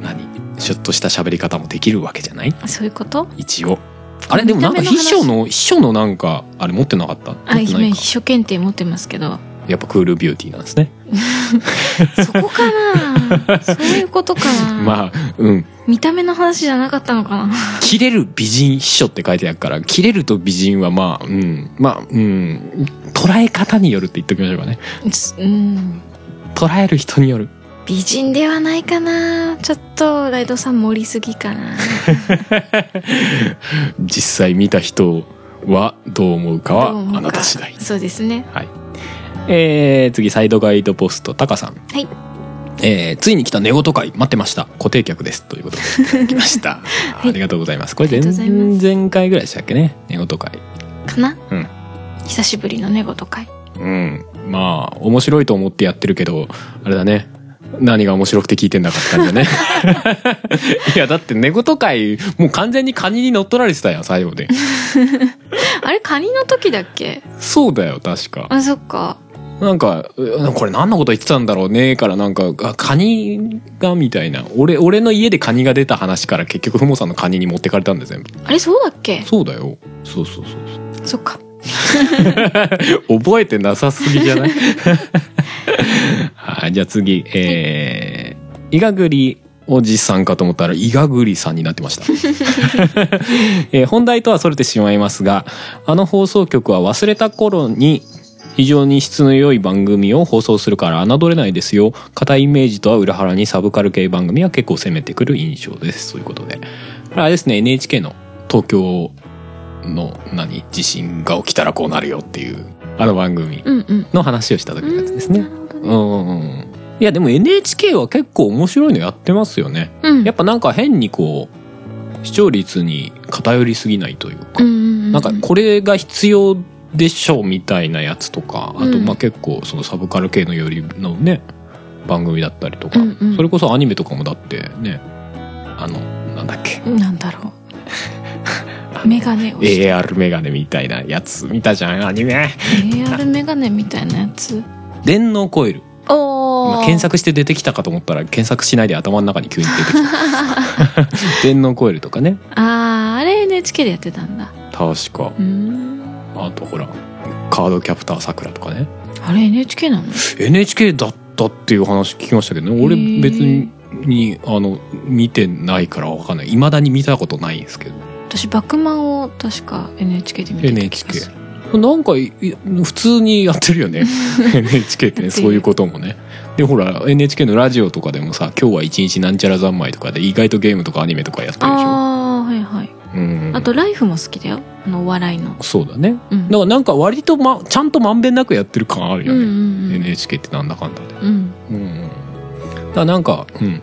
何ちょっとした喋り方もできるわけじゃないそういうこと一応あれでもなんか見た目秘の書話の秘書のなんかあれ持ってなかったあ、持ってな姫い秘か書検定持ってますけど。やっぱクールビューティーなんですねそこか なそういうことかな、まあうん見た目の話じゃなかったのかな切れる美人秘書って書いてあるから切れると美人はまあうんまあうん捉え方によるって言っときましょうかねうん。捉える人による 美人ではないかなちょっと、ライドさん盛りすぎかな実際見た人はどう思うかはどう思うかあなた次第そうですね。えー次サイドガイドポストタカさんはいえーついに来た寝言会待ってました固定客ですということでいただきましたいありがとうございますこれあり前がとうございま前回ぐらいでしたっけね寝言会かなうん久しぶりの寝言会。うんまあ面白いと思ってやってるけどあれだね何が面白くて聞いてんだかって感じだねいやだって寝言会もう完全にカニに乗っ取られてたやん最後であれ、カニの時だっけそうだよ確かあ、そっか。なんか、うこれ何のこと言ってたんだろうね、からなんか、あカニがみたいな。俺、俺の家でカニが出た話から結局、ふもさんのカニに持ってかれたんだよ、全部。あれ、そうだっけそうだよ。そうそうそうそっか。そう。覚えてなさすぎじゃないはい、じゃあ次、えー、いがぐりおじさんかと思ったら、いがぐりさんになってました。えー本題とはそれてしまいますが、あの放送局は忘れた頃に非常に質の良い番組を放送するから侮れないですよ。硬いイメージとは裏腹にサブカル系番組は結構攻めてくる印象です。ということで。これあれですね、NHK の東京の何地震が起きたらこうなるよっていうあの番組うんうん。の話をした時のやつですねな。るほどうんね。うんうん。いやでも NHK は結構面白いのやってますよね。うん。やっぱなんか変にこう視聴率に偏りすぎないというか、うんうんうなんかこれが必要でしょうみたいなやつとかあとうんまあ結構そのサブカル系のよりのね番組だったりとか、うんうんそれこそアニメとかもだってねあのなんだっけなんだろう。メガネ をして。 AR メガネみたいなやつ見たじゃんアニメ AR メガネみたいなやつ。電脳コイルお今検索して出てきたかと思ったら検索しないで頭の中に急に出てき た電脳コイルとかねあーあれ NHK でやってたんだ確かうーんあとほらカードキャプターさくらとかねあれ NHK なの NHK だったっていう話聞きましたけどね俺へー別にあの見てないからわかんないいまだに見たことないんですけど私バックマンを確か NHK で見てた気がするなんかいい普通にやってるよ ね NHK ってねそういうこともねでほら NHK のラジオとかでもさ「今日は一日なんちゃら三昧」とかで意外とゲームとかアニメとかやってるでしょああはいはい、うんあと「ライフも好きだよあのお笑いの、そうだねうん、だからなんか割と、ま、ちゃんとまんべんなくやってる感あるようんうね、んうん NHK ってなんだかんだでうんうんうんだからなんかうん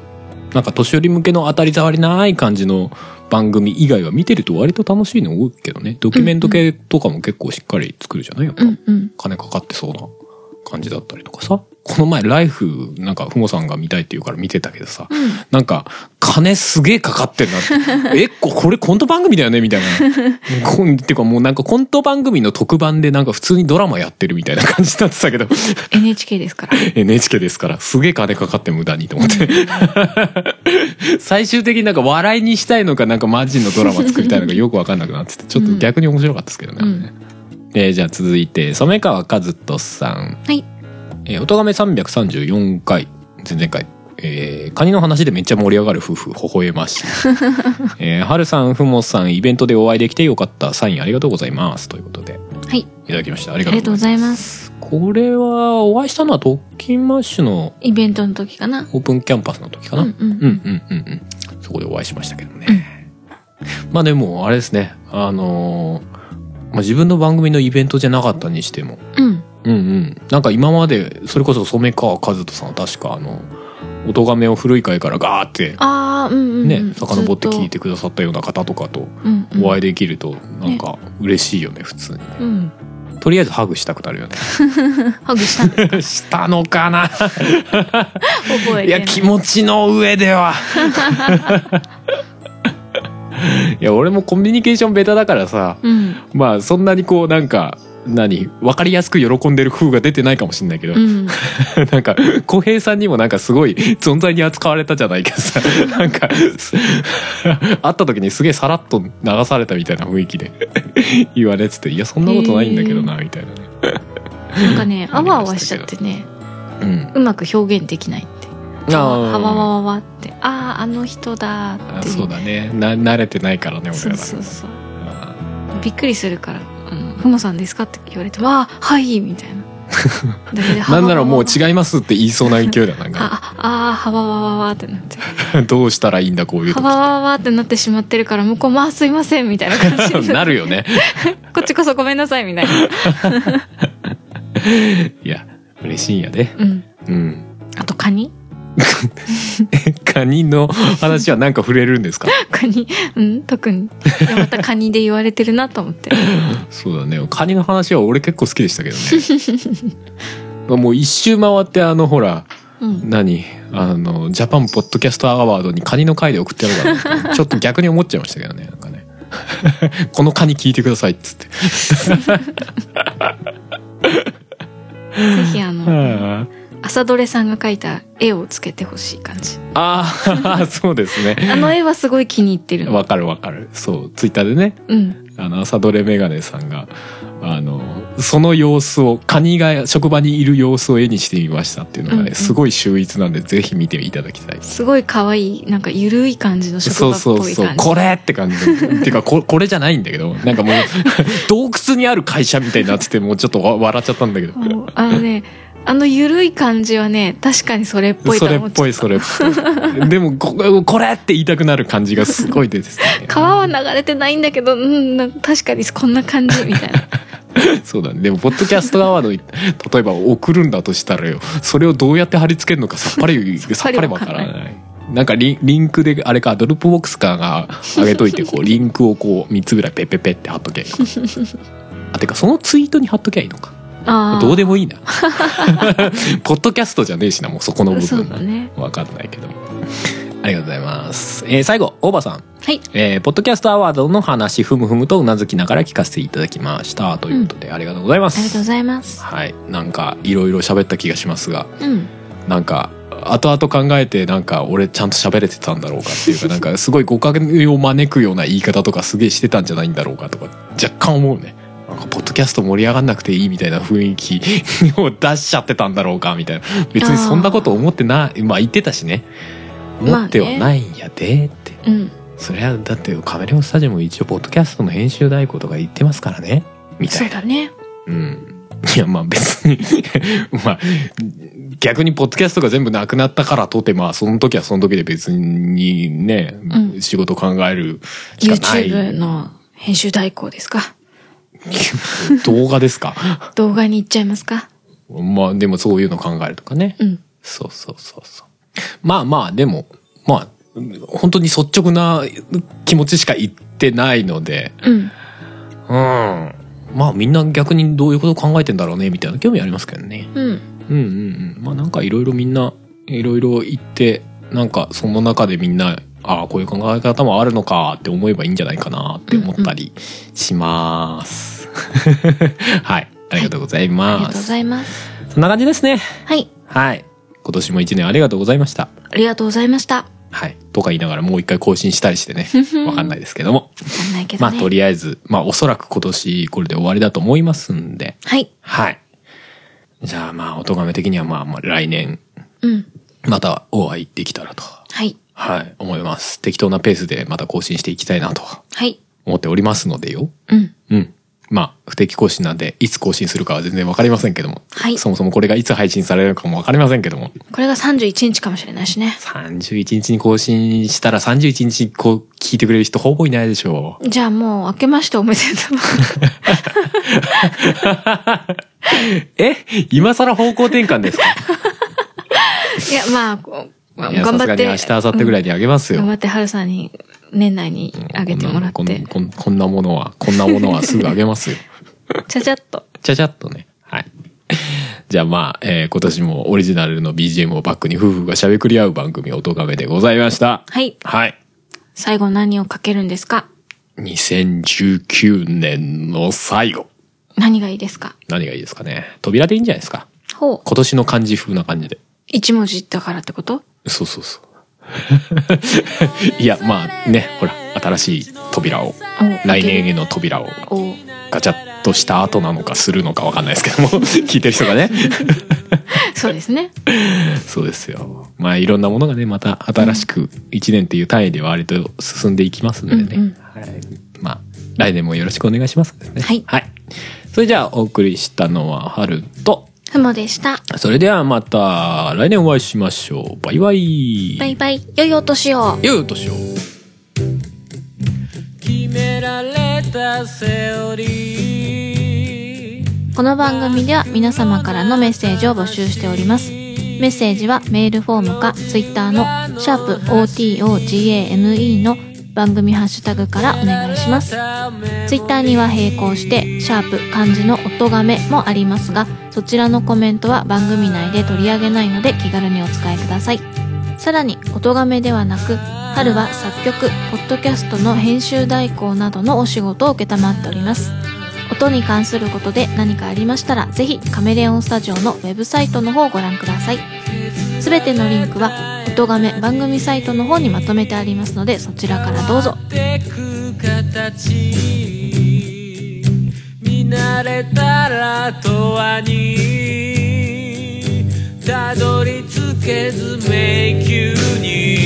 なんか年寄り向けの当たり障りない感じの番組以外は見てると割と楽しいの多いけどねドキュメント系とかも結構しっかり作るじゃないやっぱうんうん金かかってそうな感じだったりとかさこの前「ライフなんかふもさんが見たいって言うから見てたけどさうんなんか金すげえかかってんなっ てえここれコント番組だよねみたいなこんっていうかもうなんかコント番組の特番でなんか普通にドラマやってるみたいな感じになってたけど NHK ですから NHK ですからすげえ金かかって無駄にと思って最終的になんか笑いにしたいのかなんかマジのドラマ作りたいのかよくわかんなくなっててちょっと逆に面白かったですけどね、うんあれねえーじゃあ続いて染川和人さんはいえー、おとがめ334回、前々回。えーカニの話でめっちゃ盛り上がる夫婦、微笑ま しい。えー、はるさん、ふもさん、イベントでお会いできてよかった。サインありがとうございます。ということで、はいいただきました。ありあがりとうごがとうござざいいます。ますこれは、お会いしたのは、トッキンマッシュのイベントの時かなオープンキャンパスの時かな。うんうんうんうんうんうん。そこでお会いしましたけどね。まあでも、あれですね。あのーまあ、自分の番組のイベントじゃなかったにしても、うんうんうん、なんか今までそれこそ染川和人さんは確かあのお咎めを古い回からガーってああうんうんうんね、遡って聞いててくださったような方とかとうんうんお会いできるとなんか嬉しいよね、普通にねうんとりあえずハグしたくなるよねハグしたんです したのかな覚えいてなや気持ちの上で はいや俺もコミュニケーションベタだからさうんまあそんなにこうなんか何分かりやすく喜んでる風が出てないかもしれないけど、うん なんか、浩平さんにもなんかすごい存在に扱われたじゃないけどさ、なんか、 す会った時にすげえさらっと流されたみたいな雰囲気で 言われてて、いや、そんなことないんだけどな、みたいなね。なん かねあありわあまわししたちけどゃってねうん。うまく表現できないってああわわあわわってあああの人だーあってそうだね。な、慣れてないからね、俺そうら。そうそうあびっくりするから「あのふもさんですか?」って言われて「わあはい」みた いなだけでなんならもうう違いますって言いそうな勢いだ、なんか。あああはわわわわってなって どうしたらいいんだ、こういうはわ時。わわってなってしまってるから向こうも「まあすいません」みたいな感じに ななるよね。こっちこそごめんなさいみたいな、いや、嬉しいんやね。うん、うん。あとカニカニの話はなんか触れるんですかカニうん特にいやまたカニで言われてるなと思ってそうだねカニの話は俺結構好きでしたけどねもう一周回ってあのほらうん何あのジャパンポッドキャストアワードにカニの回で送ってやろうかなってちょっと逆に思っちゃいましたけどねなんかね このカニ聞いてくださいっつってぜひあのあ朝どれさんが描いた絵をつけてほしい感じあ そうですねあの絵はすごい気に入ってるの わかるわかるそうツイッターでねうんあの朝どれメガネさんがあのその様子をカニが職場にいる様子を絵にしてみましたっていうのがね、うんうんすごい秀逸なんでぜひ見ていただきたいすごい可愛いなんかゆるい感じの職そ場うっそうぽいそう感じこれって感 じっていうかここれじゃないんだけどなんかもう 洞窟にある会社みたいになっててもうちょっとわ笑っちゃったんだけどもうあのねあのゆるい感じはね確かにそれっぽいとそれ思っっちぽゃっいそれっぽいでもこ これって言いたくなる感じがすごい出てきてね川は流れてないんだけど、うん、な確かにこんな感じみたいな。そうだねでもポッドキャストアワードに例えば送るんだとしたらよそれをどうやって貼り付けるのかさっぱりささっっぱりぱわりわかかららないないなんかリンリンクであれかドロップボックスかが上げといて こうリンクをこう3つぐらいペッペッペッって貼っとけばいいのかあてかそのツイートに貼っときゃいいのかあーどうでもいいな。 ポッドキャストじゃねえしな、もうそこの部そう分だは。ね。わかんないけど。ありがとうございます。えー最後、大場さん。はい。えーポッドキャストアワードの話、ふむふむとうなずきながら聞かせていただきました。ということで、ありがとうございまありがとうす。ございます。はい。なんか、いろいろ喋った気がしますが、うん。なんか後々考えてなんか俺ちゃんと喋れてたんだろうかっていうかなん かすごい誤解を招くような言い方とかすげえしてたんじゃないんだろうかとか若干思うねなんかポッドキャスト盛り上がんなくていいみたいな雰囲気を 出しちゃってたんだろうかみたいな別にそんなこと思ってないまあ言ってたしねまあね思ってはないんやでって、うんそりゃだってカメレオンスタジオも一応ポッドキャストの編集代行とか言ってますからねみたそいうなだねうん。いや、まあ別に、 まあ、逆にポッドキャストが全部なくなったからとて、まあその時はその時で別にね、う仕事考えるしかない。 YouTube の編集代行ですか 動画ですか。 動画に行っちゃいますかまあでもそういうの考えるとかね。うんそうそうそうそう。まあまあ、でも、まあ、本当に率直な気持ちしか言ってないので、うんうん。まあみんな逆にどういうこと考えてんだろうね、みたいな興味ありますけどね。うんうんうんうん。まあなんかいろいろみんないろいろ言って、なんかその中でみんな、ああ、こういう考え方もあるのかって思えばいいんじゃないかなって思ったりし ます。はい。ありがとうございありがまとうごす。ざいますそんな感じですね。はいはい。今年も一年ありがとうございました。ありがとうございましたはい。とか言いながらもう一回更新したり してね。わかんないですけども。わかんないけまあどねとりあえず、まあおそらく今年これで終わりだと思いますんで。はいはい。じゃあまあ、おとがめ的にはまあ、まあ来年、うんまたお会いできたらと、はいはい、思います。適当なペースでまた更新していきたいなとはい思っておりますのでよ。うんうん。まあ、不定期更新なんで、いつ更新するかは全然わかりませんけども。はいそもそもこれがいつ配信されるかもわかりませんけども。これが31日かもしれないしね31日に更新したら31日にこう聞いてくれる人ほぼいないでしょう。じゃあもう明けましておめで とうえ今更方向転換ですかいやまあこうまあ いや頑張さすがにって明日、明後日ぐらいにあげますよ。頑張って春さんに年内にあげてもらっこんなてこんこんこんなものは、こんなものはすぐあげます よ。ちゃちゃっとちゃちゃっとね。はい。 じゃあまあ、えー今年もオリジナルの BGM をバックに夫婦がしゃべくり合う番組、おとがめでございました。はいはい。最後何をかけるんですか2019年の最後。何がいいですか何がいいですかね。扉でいいんじゃないですか。ほう今年の漢字風な感じで。一文字だからってことそうそうそう。 いや、まあね、ほら、新しい扉を、お来年への扉をおガチャッとした後なのかするのかわかんないですけど も、聞いてる人がね。そうですねそうですよ。まあいろんなものがね、また新しく1年っていう単位では割と進んでいきますんでね。うんうんはい。まあ来年もよろしくお願いしますですね。はいそれじゃあお送りしたのは春と、ふもでしたそれではまた来年お会いしましょう。バイバイ。バイバイ良いお年をよいお年を。決められたセオリーこの番組では皆様からのメッセージを募集しておりますメッセージはメールフォームかツイッターのシャープ o t o g a m e の番組ハッシュタグからお願いしますツイッターには並行して、シャープ漢字の音亀もありますが、そちらのコメントは番組内で取り上げないので気軽にお使いください。さらに、音亀ではなく、春は作曲、ポッドキャストの編集代行などのお仕事を承っております。音に関することで何かありましたら、ぜひカメレオンスタジオのウェブサイトの方をご覧ください。すべてのリンクは、音亀番組サイトの方にまとめてありますので、そちらからどうぞ。てく形見慣れたら永遠にたどり着けず迷宮に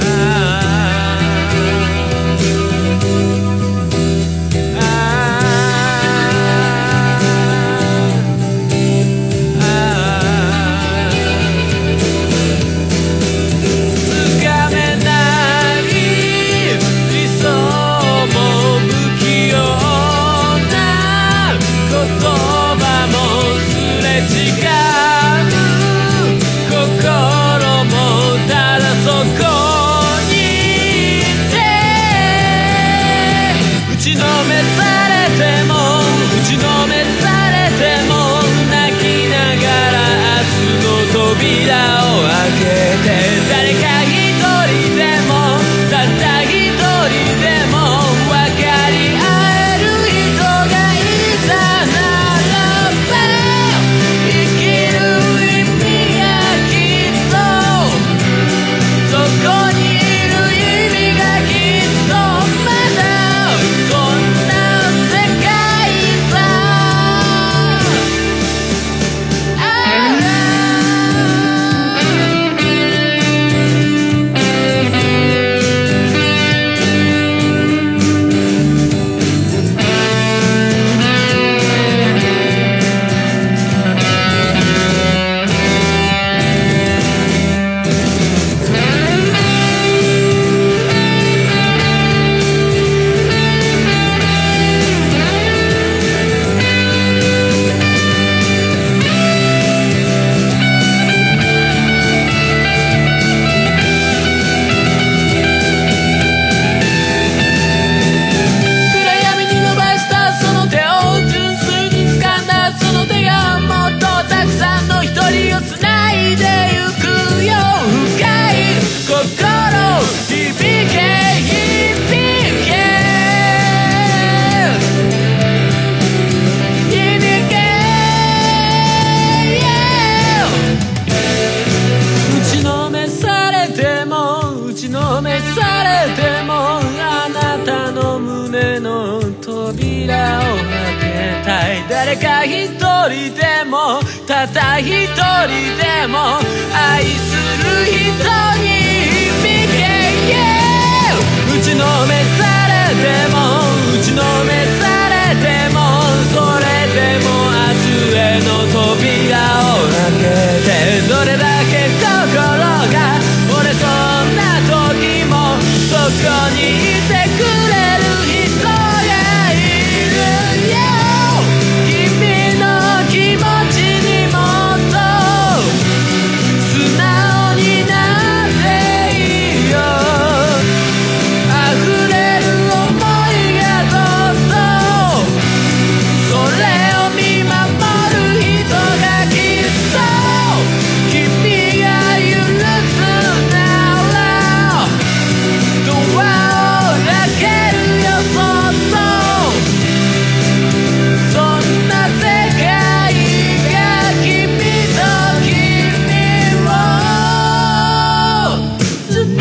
ああああああ「つかめない理想も不器用な言葉もすれ違う」誰か一人でもただ一人でも愛する人に見て打ちのめされても打ちのめされてもそれでも明日への扉を開けてどれだけ心が折れそうな時もそこにいてくれる人がいるよ君の気持ちにもっと素直になっていいよ愛してる溢れる想いがどっとそれを見守る人がきっと君が許すならドアを開けるよそっと「そんな世界が君と君をつないで」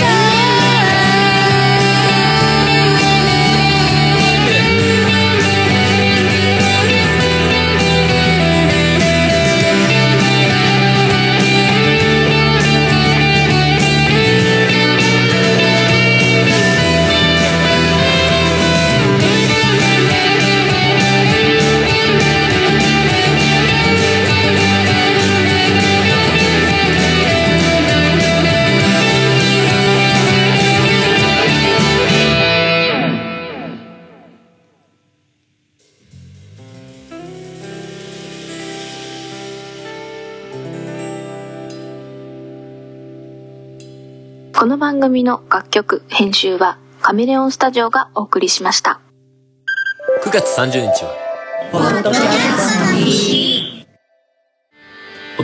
この番組の楽曲編集はカメレオンスタジオがお送りしました9月30日は音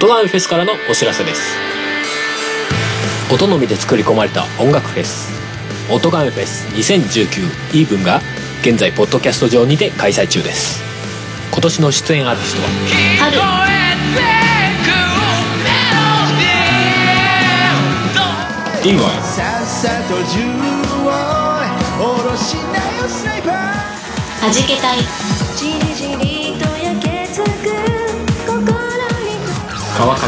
楽フェスからのお知らせです音のみで作り込まれた音楽フェス音楽フェス2019イーブンが現在ポッドキャスト上にて開催中です今年の出演アーティストは聞こえてくメロディリンーどうゴイさっさと銃を下ろしなよスナイパーはじけたいじりじりと焼けつく心に川上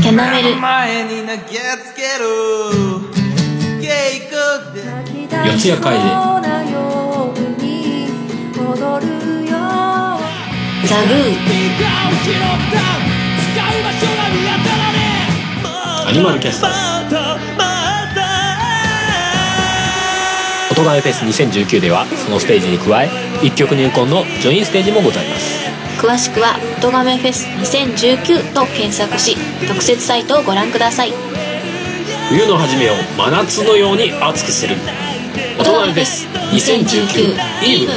キャナメル前に投げつけるゲイクで泣四きツ出し谷怪そうなように踊るよザグーアニマルキャスター音楽フェス2019ではそのステージに加え一曲入魂のジョインステージもございます詳しくは「音ガメフェス2019」と検索し特設サイトをご覧ください冬の初めを真夏のように熱くする音楽フェス2019イーブン